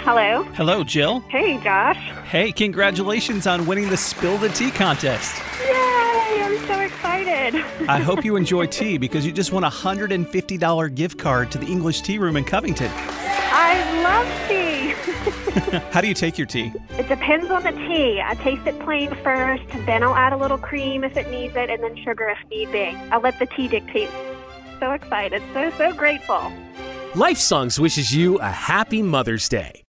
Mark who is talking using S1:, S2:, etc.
S1: Hello.
S2: Hello, Jill.
S1: Hey, Josh.
S2: Hey, congratulations on winning the Spill the Tea contest.
S1: Yay! I'm so excited.
S2: I hope you enjoy tea because you just won a $150 gift card to the English Tea Room in Covington.
S1: I love tea.
S2: How do you take your tea?
S1: It depends on the tea. I taste it plain first, then I'll add a little cream if it needs it, and then sugar if need be. I'll let the tea dictate. So excited. So, so grateful.
S3: Life Songs wishes you a happy Mother's Day.